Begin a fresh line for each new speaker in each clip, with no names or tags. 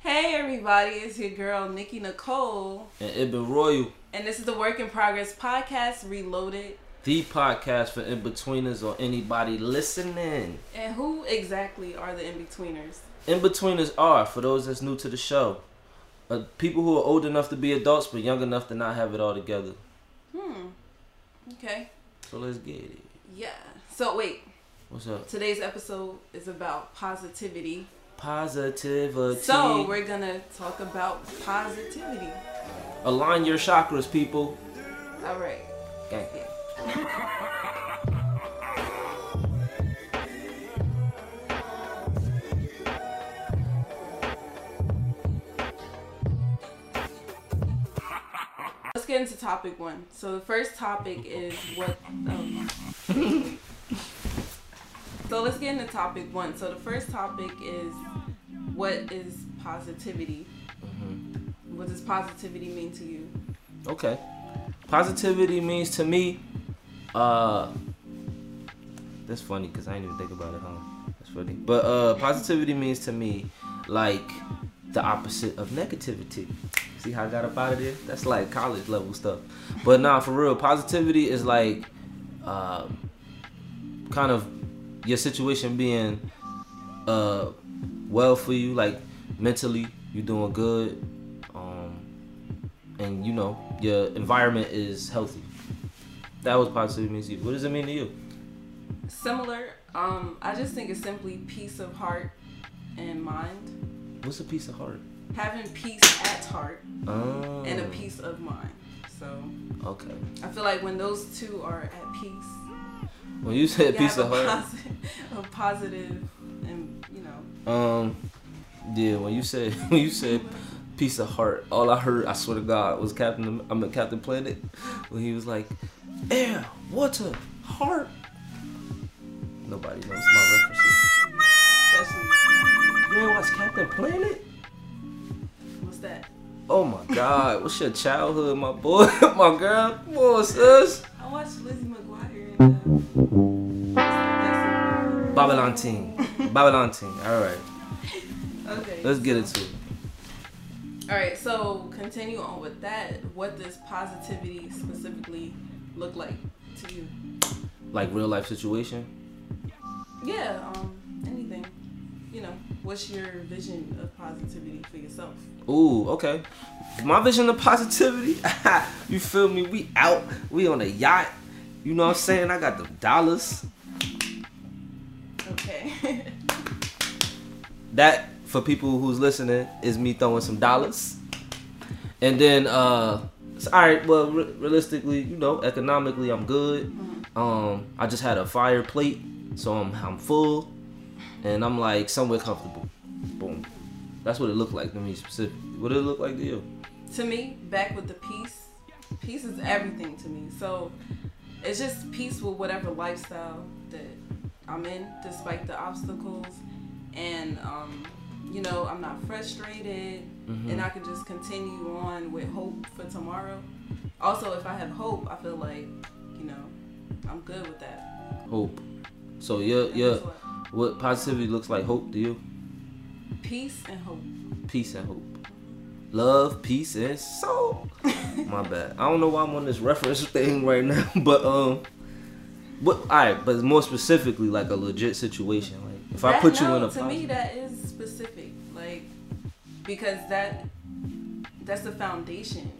Hey everybody, it's your girl Nikki Nicole,
and Ibn Royal,
and this is the Work in Progress podcast, Reloaded.
the podcast for in betweeners or anybody listening.
And who exactly are the in betweeners?
In betweeners are, for those that's new to the show, uh, people who are old enough to be adults but young enough to not have it all together.
Hmm. Okay.
So let's get it.
Yeah. So wait,
What's up?
today's episode is about positivity.
Positivity.
So we're gonna talk about positivity.
Align your chakras, people.
All right.
Gang.
Let's get into topic one. So the first topic is what. Um, so let's get into topic one. So the first topic is what is positivity?
Mm-hmm.
What does positivity mean to you?
Okay. Positivity means to me, uh, that's funny because I didn't even think about it, huh? That's funny. But uh, positivity means to me, like, the opposite of negativity. See how I got up out of there? That's like college level stuff. But nah, for real, positivity is like, um, kind of your situation being, uh, well for you, like mentally, you doing good. Um, and you know your environment is healthy. That was positivity means to you. What does it mean to you?
Similar. Um, I just think it's simply peace of heart and mind.
What's a piece of heart?
Having peace at heart
Oh,
and a peace of mind. So
Okay.
I feel like when those two are at peace,
When you said
you
piece of
have a
heart,
posi- a positive and you know
um, yeah. When you said when you said piece of heart, all I heard, I swear to God, was Captain. I'm a Captain Planet when he was like, air, water, heart. Nobody knows my references.
especially
You ain't watch Captain Planet?
what's that?
Oh my God! What's your childhood, my boy, my girl, come on, sis?
I watched Lizzie McGuire and uh,
Babylon team. Babylon team. All right.
Okay.
Let's get into it.
All right. So continue on with that. What does positivity specifically look like to you?
Like real life situation.
Yeah. Um. Anything. You know. What's your vision of positivity for yourself?
Ooh, okay. My vision of positivity. you feel me? We out. We on a yacht. You know what I'm saying? I got the dollars.
Okay.
That for people who's listening is me throwing some dollars. And then uh it's all right, well re- realistically, you know, economically I'm good. Um I just had a fire plate, so I'm I'm full and I'm like somewhere comfortable. Boom. That's what it looked like to me specifically. What did it look like to you?
to me, back with the peace. Peace is everything to me. So it's just peace with whatever lifestyle that I'm in, despite the obstacles. And, um, you know, I'm not frustrated. And I can just continue on with hope for tomorrow. Also, if I have hope, I feel like, you know, I'm good with that.
Hope. So your
And
your
that's what-
what positivity looks like hope to you?
Peace and hope.
Peace and hope. Love, peace, and soul. My bad. I don't know why I'm on this reference thing right now, but um, but all right, but more specifically, like a legit situation. Like if I
That-
put you
no,
in a
to me
positive,
that is specific, like because that that's the foundation.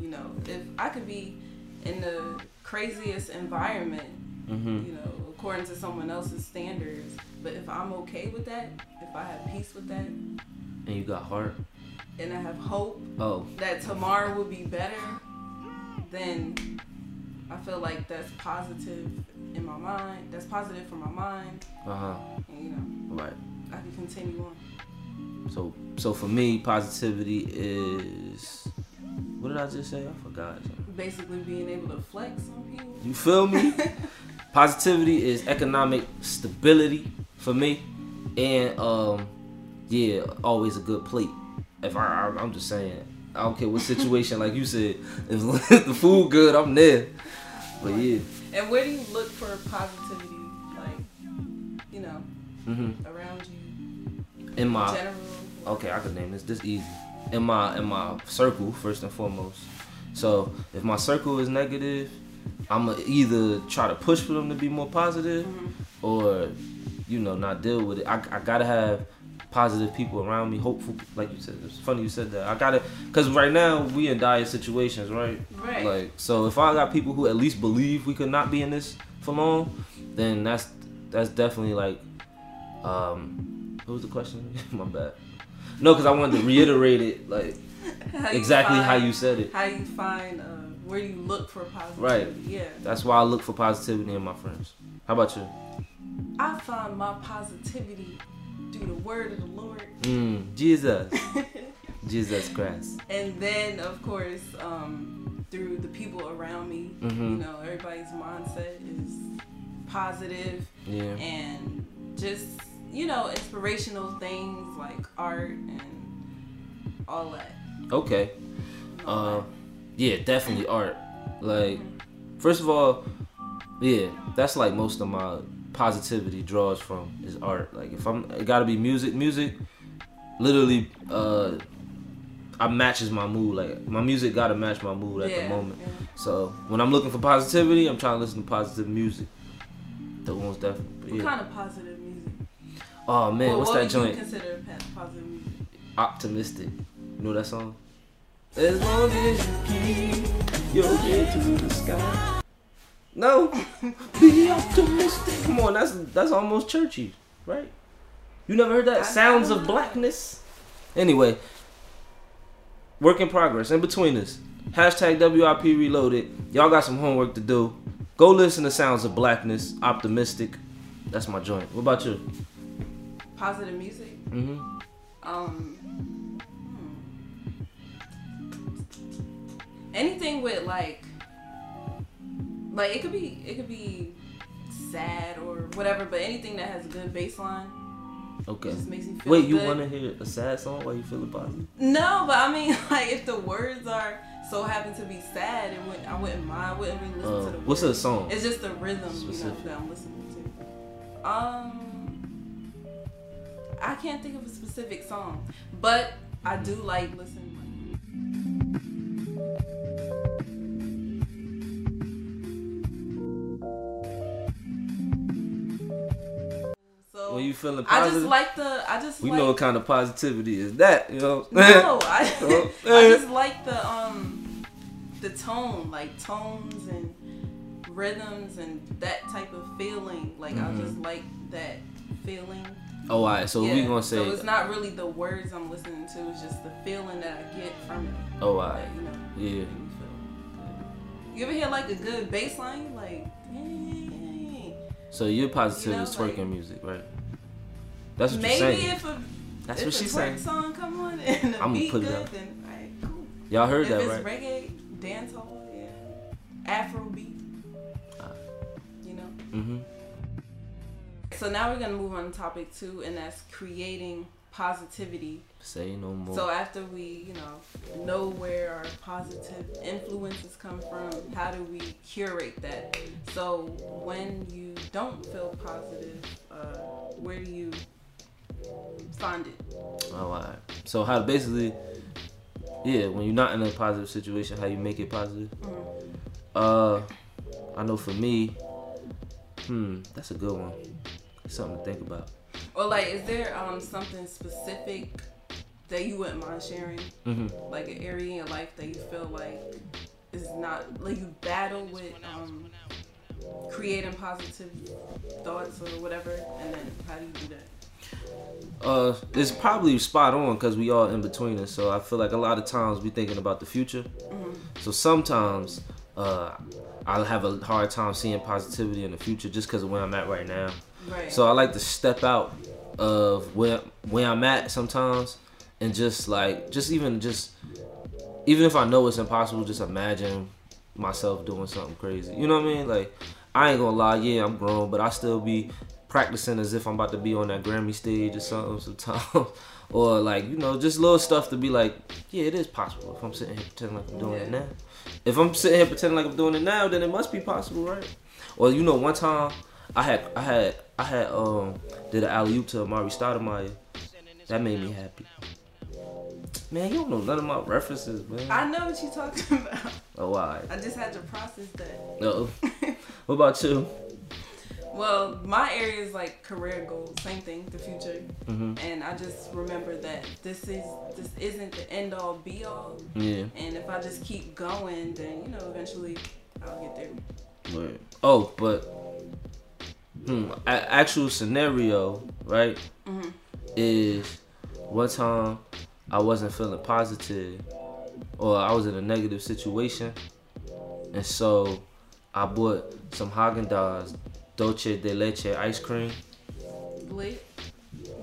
You know, if I could be in the craziest environment,
hmm
you know, according to someone else's standards, but if I'm okay with that, if I have peace with that,
and you got heart.
and I have hope
Oh,
that tomorrow will be better, then I feel like that's positive in my mind. That's positive for my mind,
uh huh.
and you know,
Right.
I can continue on.
So so for me, positivity is. What did I just say? I forgot.
basically being able to flex on people.
You feel me? Positivity is economic stability for me, and um, yeah, always a good plate. If I, I I'm just saying, I don't care what situation, like you said, if, the food good, I'm there. But yeah,
And where do you look for positivity, like you know,
hmm
around you
in
in
my
general?
okay, I could name this this easy in my in my circle first and foremost. So if my circle is negative, I'ma either try to push for them to be more positive, or you know not deal with it. I, I gotta have positive people around me, hopeful. Like you said, it's funny you said that. I gotta because right now we in dire situations, right?
Right.
Like so, if I got people who at least believe we could not be in this for long, then that's that's definitely like, um, what was the question? My bad. No, because I wanted to reiterate it like
How you
exactly how
find-
you said it.
How you find uh, where you look for positivity?
Right.
Yeah.
That's why I look for positivity in my friends. How about you?
I find my positivity through the word of the Lord.
Mm, Jesus, Jesus Christ.
and then, of course, um, through the people around me. You
hmm
know, everybody's mindset is positive
Yeah.
and just, you know, inspirational things like art and all that.
Okay. Uh, yeah, definitely art. Like, first of all, yeah, that's like most of my positivity draws from is art. Like, if I'm, it gotta be music. Music, literally, uh, I matches my mood. Like, my music gotta match my mood at the moment. So when I'm looking for positivity, I'm trying to listen to positive music. The ones definitely.
What
Yeah.
kind of positive music?
Oh man,
Well,
what's
what
that
would
joint?
You consider pa- positive music?
Optimistic. You know that song? As long as you keep your head to the sky. No, be optimistic. Come on, that's that's almost churchy, right? You never heard that?
I
Sounds of
never.
blackness. Anyway, work in progress. In between us, hashtag WIP Reloaded. Y'all got some homework to do. Go listen to Sounds of Blackness. Optimistic. That's my joint. What about you?
Positive music?
Mm-hmm.
Um, hmm. anything with like, like it could be it could be sad or whatever, but anything that has a good baseline
Okay.
just makes me feel.
Wait, you
good.
want to hear a sad song while you feeling positive?
No, but I mean, like if the words are so happen to be sad, it wouldn't, I wouldn't mind. I wouldn't really listen
Uh,
to the
what's a
words.
song?
It's just the rhythm, you
Specific.
know, that I'm listening to. Um, I can't think of a specific song, but I do
Mm-hmm.
like listening. So
When you feeling
I just
positive,
like the I just
we
like
know what kind of positivity is that, you know?
no, I,
Oh,
I
eh.
just like the um the tone, like tones and rhythms and that type of feeling. Like I just like that feeling.
oh, all right. Mm-hmm. So we gonna say,
So it's not really the words I'm listening to, it's just the feeling that I get from it.
oh, all
Like,
right.
you know,
Yeah.
make me feel good. You ever hear like a good bass line? Like eh,
So your positive
You know,
is twerking
like-
music, right? That's what you're
maybe
saying.
if a
That's
if
what
a
she's
twerk
saying.
song come on and the
I'ma
beat
put
good,
it up.
then alright, cool.
Y'all heard
if
that,
it's
right?
reggae, dancehall, yeah, Afrobeat,
Ah.
you know.
Mm-hmm.
So now we're gonna move on to topic two, and that's creating positivity.
Say no more.
So after we, you know, know where our positive influences come from, how do we curate that? So when you don't feel positive, uh, where do you find it?
Oh, all right. So how basically, yeah, when you're not in a positive situation, how you make it positive?
Mm-hmm.
Uh, I know for me, hmm, that's a good one. Something to think about.
Or like, is there um, something specific that you wouldn't mind sharing?
Mm-hmm.
like an area in your life that you feel like is not like you battle with um, creating positive thoughts or whatever, and then how do you do that?
Uh, it's probably spot on because we all in between us. So I feel like a lot of times we thinking about the future. So sometimes uh, I'll have a hard time seeing positivity in the future just because of where I'm at right now.
Right.
So I like to step out of where where I'm at sometimes, and just like just even just even if I know it's impossible, just imagine myself doing something crazy. You know what I mean? Like I ain't gonna lie, yeah, I'm grown, but I still be practicing as if I'm about to be on that Grammy stage or something sometimes. or like you know just little stuff to be like, yeah, it is possible if I'm sitting here pretending like I'm doing it
Yeah.
now. If I'm sitting here pretending like I'm doing it now, then it must be possible, right? Or you know, one time I had I had I had um did an alley oop to Amari Stoudemire, That made me happy. Man, you don't know none of my references, man.
I know what you're talking about.
oh, why?
I just had to process that.
No. what about you?
Well, my area is like career goals, same thing, the future.
Mm-hmm.
And I just remember that this is this isn't the end all be all.
Yeah.
And if I just keep going, then you know eventually I'll get there.
Word. Oh, but hmm, a- actual scenario, right?
Mhm.
Is one time I wasn't feeling positive, or I was in a negative situation, and so I bought some Haagen Dazs Dolce de Leche ice cream.
Lit,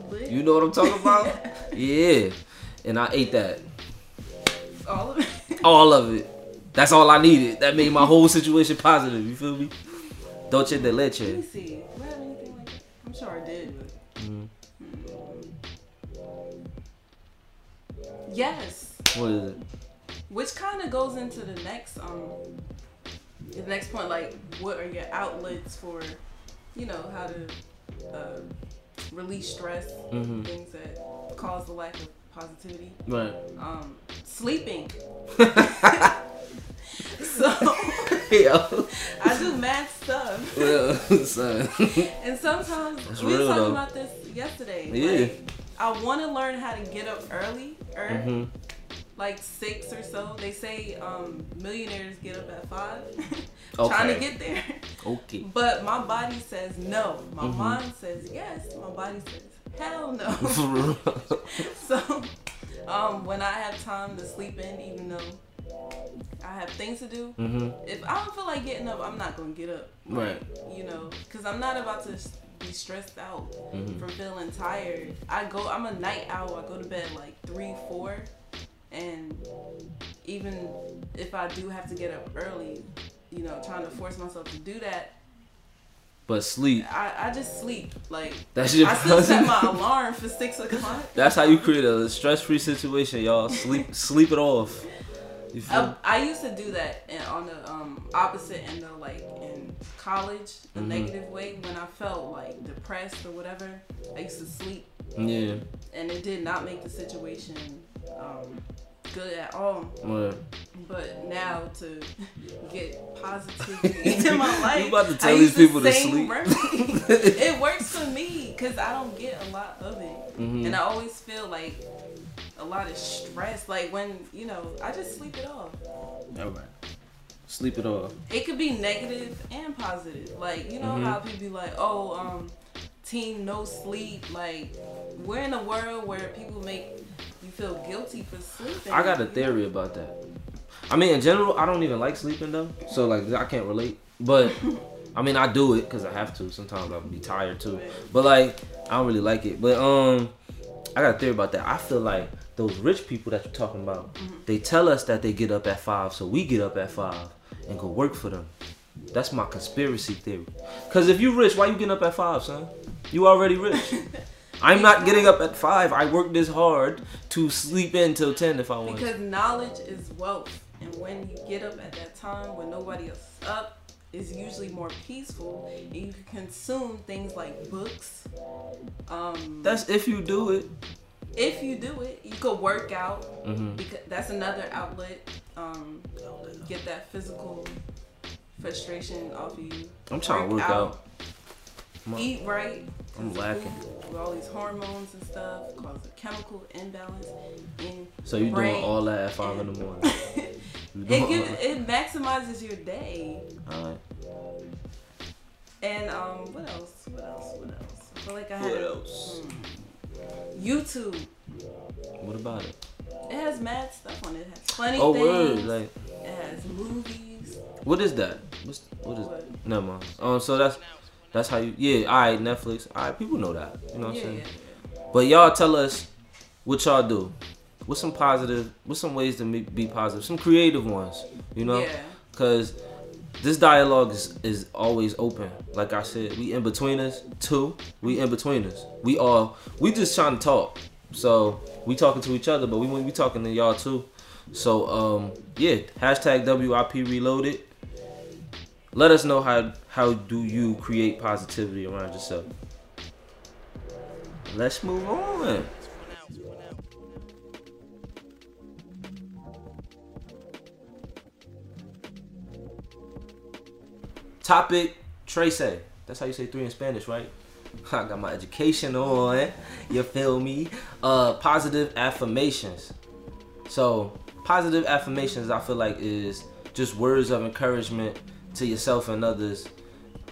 lit.
You know what I'm talking about? yeah. And I ate that,
all of it.
all of it. That's all I needed. That made my whole situation positive. You feel me? Dolce de
Let me
leche.
see. Do I have anything like that? I'm sure I did. But...
Mhm.
Yes,
What is it?
which kind of goes into the next um the next point. Like, what are your outlets for? You know how to uh, release stress,
Mm-hmm.
things that cause the lack of positivity.
Right.
Um, sleeping. so.
Yo.
I do mad stuff.
Well, son.
And sometimes
That's
we were
real,
talking
though.
about this yesterday.
Yeah.
Like, I want to learn how to get up early, or
hmm
like six or so. They say um, millionaires get up at five, trying to
Okay.
get there.
Okay.
But my body says no. My
Mhm.
mind says yes. My body says hell no.
For real.
so um, when I have time to sleep in, even though I have things to do,
hmm
if I don't feel like getting up, I'm not gonna get up.
Right.
you know, because I'm not about to s- be stressed out
Mhm.
from feeling tired. I go, I'm a night owl. I go to bed like three, four, and even if I do have to get up early, you know, trying to force myself to do that,
But sleep.
I, I just sleep. Like
That's your.
I still set my alarm for six o'clock.
That's how you create a stress-free situation, y'all. Sleep, sleep it off. You feel?
I, I used to do that in, on the um, opposite end though, like in college, the
Mhm.
negative way when I felt like depressed or whatever. I used to sleep
yeah.
and it did not make the situation um, good at all.
Well,
But now to get positivity into my life,
You about to
I
tell
use the
these people to
same
sleep.
remedy. it works for me because I don't get a lot of it,
hmm
and I always feel like a lot of stress. Like when you know, I just sleep it off.
All right. Sleep it off.
It could be negative and positive. Like you know
Mhm.
how people be like, oh, um, team no sleep. Like we're in a world where people make you feel guilty for sleeping.
I got a
You know?
theory about that. I mean, in general, I don't even like sleeping though, so like I can't relate. But I mean, I do it because I have to. Sometimes I'll be tired too, but like I don't really like it. But um, I got a theory about that. I feel like those rich people that you're talking about, they tell us that they get up at five, so we get up at five and go work for them. That's my conspiracy theory. Cause if you rich, why you getting up at five, son? You already rich. I'm not getting up at five. I work this hard to sleep in till ten if I want.
Because knowledge is wealth, and when you get up at that time when nobody else is up, it's usually more peaceful, and you can consume things like books. Um,
That's if you do it.
if you do it, you could work out
Mm-hmm.
because that's another outlet. Um, get that physical frustration off of you.
I'm trying to work out. I'm-
Eat right.
I'm
'cause
lacking.
food With all these hormones and stuff, cause a chemical imbalance in
So you doing
brain.
all that at five in the morning. You doing
It gives,
all
it maximizes your day.
that. All right.
And um, what else? What else? What else? I feel like I had
What else?
YouTube.
What about it?
It has mad stuff on it. It has funny
Oh, word.
things.
Like,
it has movies.
what is that? What's, what is?
What?
Never mind. Um, so that's that's how you. Yeah. All right. Netflix. All right. People know that. You know what
yeah,
I'm saying?
yeah,
But y'all tell us what y'all do. What's some positive? What's some ways to make, be positive? Some creative ones. You know.
yeah.
Cause this dialogue is, is always open. Like I said, we in between us too. We in between us. We all we just trying to talk. So we talking to each other, but we we talking to y'all too. So um yeah, hashtag WIP reloaded. Let us know how how do you create positivity around yourself. Let's move on.
This one out.
Topic Trace. That's how you say three in Spanish, right? I got my education on. eh? You feel me? Uh, positive affirmations. So positive affirmations, I feel like, is just words of encouragement to yourself and others,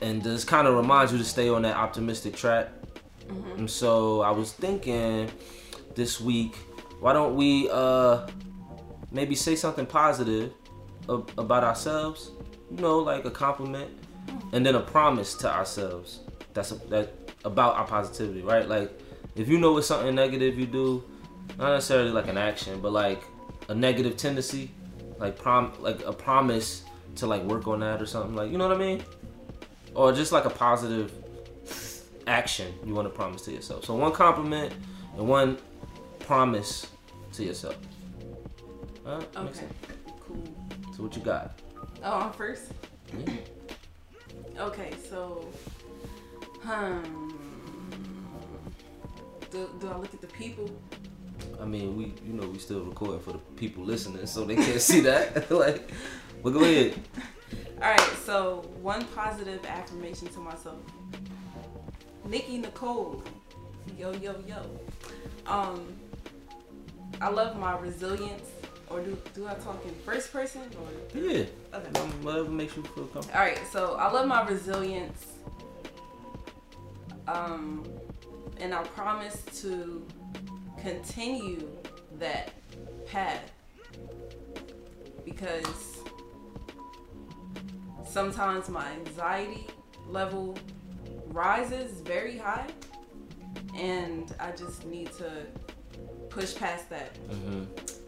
and just kind of reminds you to stay on that optimistic track. And so I was thinking this week, why don't we uh, maybe say something positive ab- about ourselves? You know, like a compliment, and then a promise to ourselves. That's a, that about our positivity, right? Like, if you know it's something negative you do, not necessarily like an action, but like a negative tendency, like prom, like a promise to like work on that or something, like you know what I mean, or just like a positive action you want to promise to yourself. So one compliment and one promise to yourself. All right, makes
Okay.
sense.
Cool.
So what you got?
Oh, I'm first.
Yeah.
Okay, so, um, do, do I look at the people?
I mean, we you know we still recording for the people listening, so they can't see that. like, but go ahead.
All right, so one positive affirmation to myself. Nikki Nicole, yo yo yo. Um, I love my resilience. Or do do I talk in first person or?
Yeah,
Okay.
um, whatever makes you feel comfortable.
All right, so I love my resilience. Um, and I promise to continue that path because sometimes my anxiety level rises very high, and I just need to push past that
Mm-hmm.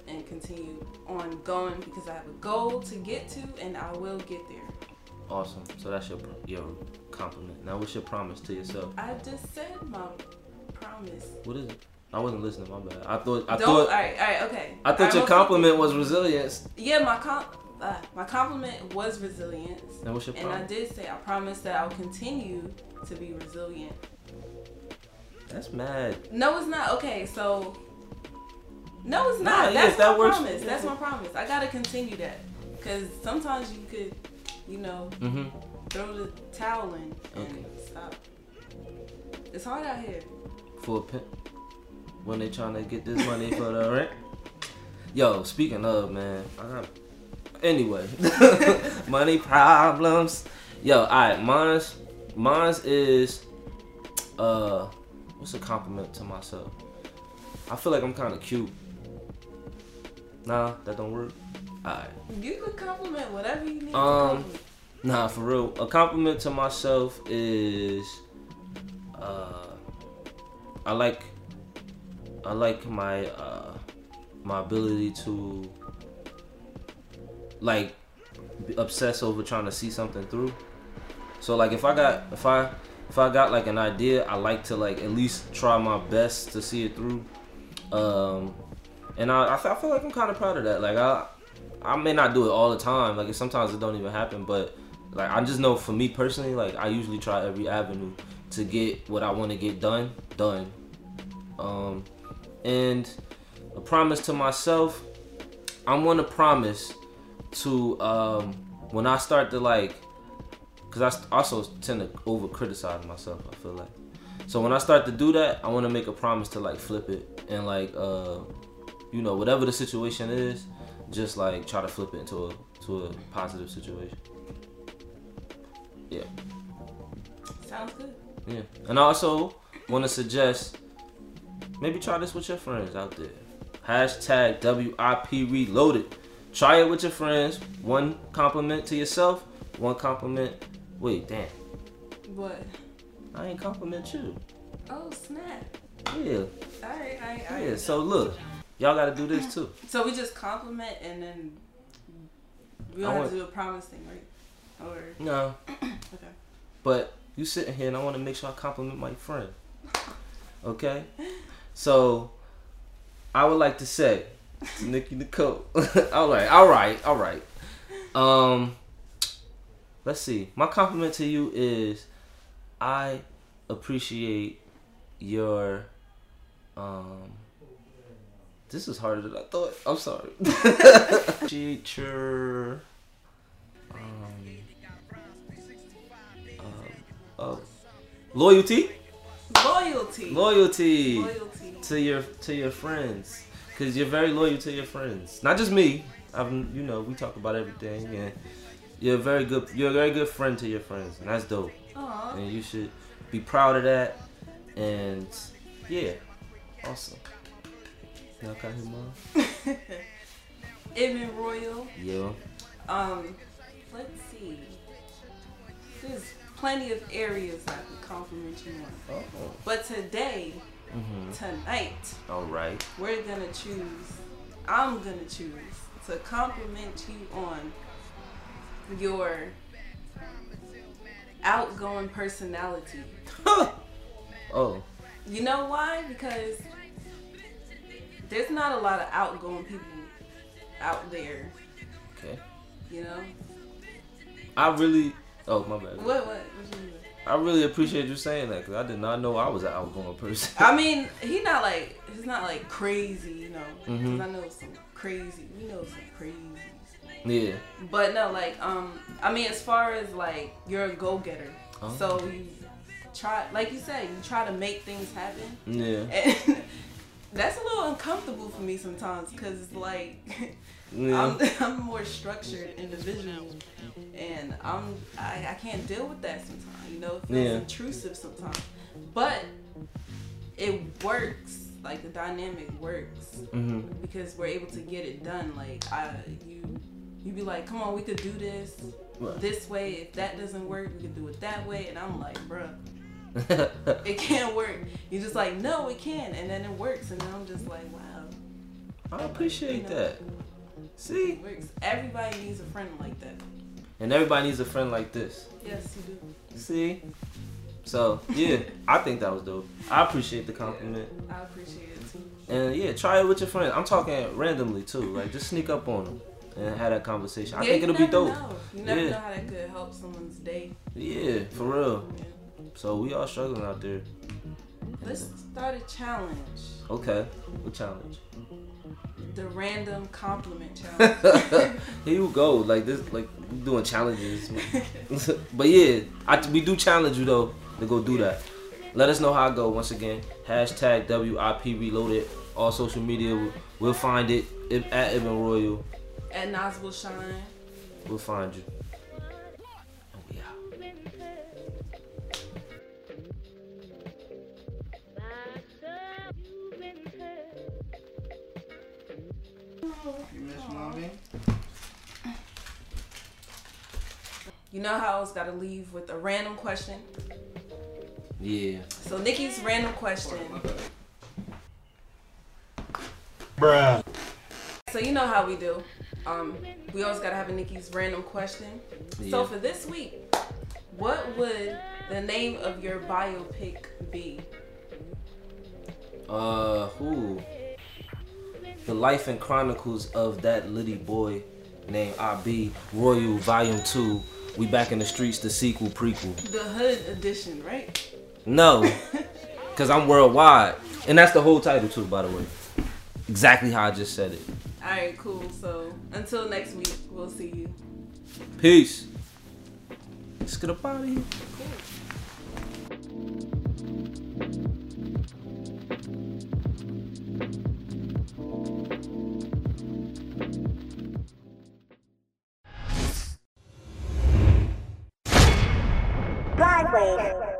and continue on going because I have a goal to get to, and I will get there.
Awesome. So that's your pro- your compliment. Now, what's your promise to yourself?
I just said my promise.
What is it? I wasn't listening. My bad. I thought I
Don't.
thought
all right. All right. Okay.
I
All
thought
right,
your
my-
compliment was resilience.
Yeah, my com. Uh, my compliment was resilience,
Now, what's your
and I
promise?
did say I promise that I'll continue to be resilient.
That's mad.
No, it's not okay. So. No, it's
Nah,
not.
yes,
That's my
that works.
promise. That's my promise. I gotta continue that, cause sometimes you could, you know,
Mm-hmm.
throw the towel in and
Okay.
stop. It's hard out here.
for a pimp when they trying to get this money for the rent. Yo, speaking of man, I got, anyway, money problems. Yo, all right, mine's mine's is uh, what's a compliment to myself? I feel like I'm kind of cute. Nah, that don't work. All right.
You could compliment whatever you need.
Um,
to compliment.
Nah, for real. A compliment to myself is, uh, I like, I like my uh, my ability to like b- obsess over trying to see something through. So like, if I got if I if I got like an idea, I like to like at least try my best to see it through. Um, and I I, fe- I feel like I'm kind of proud of that. Like I I may not do it all the time. Like sometimes it don't even happen, but like I just know for me personally, like I usually try every avenue to get what I want to get done, done. Um, and a promise to myself, I'm gonna promise to um when I start to like, cause I st- also tend to over criticize myself. I feel like, so when I start to do that, I want to make a promise to like flip it and like uh, you know, whatever the situation is, just like try to flip it into a to a positive situation.
Sounds good.
Yeah. And I also want to suggest maybe try this with your friends out there. Hashtag WIP Reloaded. Try it with your friends. One compliment to yourself, one compliment. Wait, damn.
What?
I ain't compliment you.
Oh snap!
Yeah,
All right, all right, all right.
yeah. So look, y'all gotta do this too.
So we just compliment and then we
I
don't have
want-
to do a promise thing, right? Or
No,
okay.
but you sitting here and I want to make sure I compliment my friend. Okay? So I would like to say to Nikki Nicole. all right, all right, all right. Um let's see. My compliment to you is I appreciate your um this is harder than I thought. I'm sorry. Appreciate your um uh, Loyalty.
Loyalty.
Loyalty.
Loyalty.
to your to your friends because you're very loyal to your friends not just me i've you know we talk about everything and you're a very good you're a very good friend to your friends and that's dope
Aw.
and you should be proud of that and yeah awesome y'all got him on
Evan Royal.
yo
Um, let's see. There's plenty of areas I could compliment you on.
oh.
But today,
hmm
tonight,
all right
we're gonna choose, I'm gonna choose to compliment you on your outgoing personality.
oh
You know why? Because there's not a lot of outgoing people out there,
okay
you know?
i really oh my bad
What, what? what you mean?
i really appreciate you saying that because i did not know i was an outgoing person
I mean, he not like he's not like crazy, you know. 'cause
Mhm.
I know some crazy. We know some crazy.
yeah
But no, like um, I mean, as far as like you're a go getter,
Oh.
so you try, like you said, you try to make things happen,
yeah
and that's a little uncomfortable for me sometimes because it's like
yeah
I'm, I'm a more structured individual, and I'm I, I can't deal with that sometimes. You know, it feels
Yeah.
intrusive sometimes, but it works. Like the dynamic works
hmm
because we're able to get it done. Like I, you, you be like, come on, we could do this this way. If that doesn't work, we could do it that way. And I'm like, bruh,
Mm-hmm.
it can't work. You're just like, no, it can, and then it works. And then I'm just like, wow,
I appreciate that. See?
it works. Everybody needs a friend like that.
And everybody needs a friend like this.
Yes, you do.
See? So, yeah, I think that was dope. I appreciate the compliment.
I appreciate it too.
And yeah, try it with your friends. I'm talking randomly too. Like, just sneak up on them and have that conversation. I
Yeah,
think
you
it'll be
never
dope.
know. You never
Yeah.
know how that could help someone's day.
Yeah, for real.
Yeah.
So, we all struggling out there.
Let's start a challenge.
Okay, what challenge?
The random compliment challenge.
Here you go. Like, this, like, we doing challenges. but yeah, I, we do challenge you though to go do that. Let us know how it go once again. Hashtag WIP Reloaded. All social media, we'll find it if, at Ibn Royal.
At Nas will shine.
We'll find you. Oh yeah.
You miss mommy?
You know how I always gotta leave with a random question.
Yeah.
So Nikki's random question.
Bruh.
So you know how we do. Um, we always gotta have a Nikki's random question. So
Yeah.
for this week, what would the name of your biopic be?
Uh, who? The Life and Chronicles of that little boy named IB Royal Volume 2. We back in the streets, the sequel, prequel.
The Hood Edition, right?
No, because I'm worldwide. And that's the whole title, too, by the way. Exactly how I just said it.
All right, cool. So until next week, we'll see you.
Peace. Let's get up out of here.
Sideways.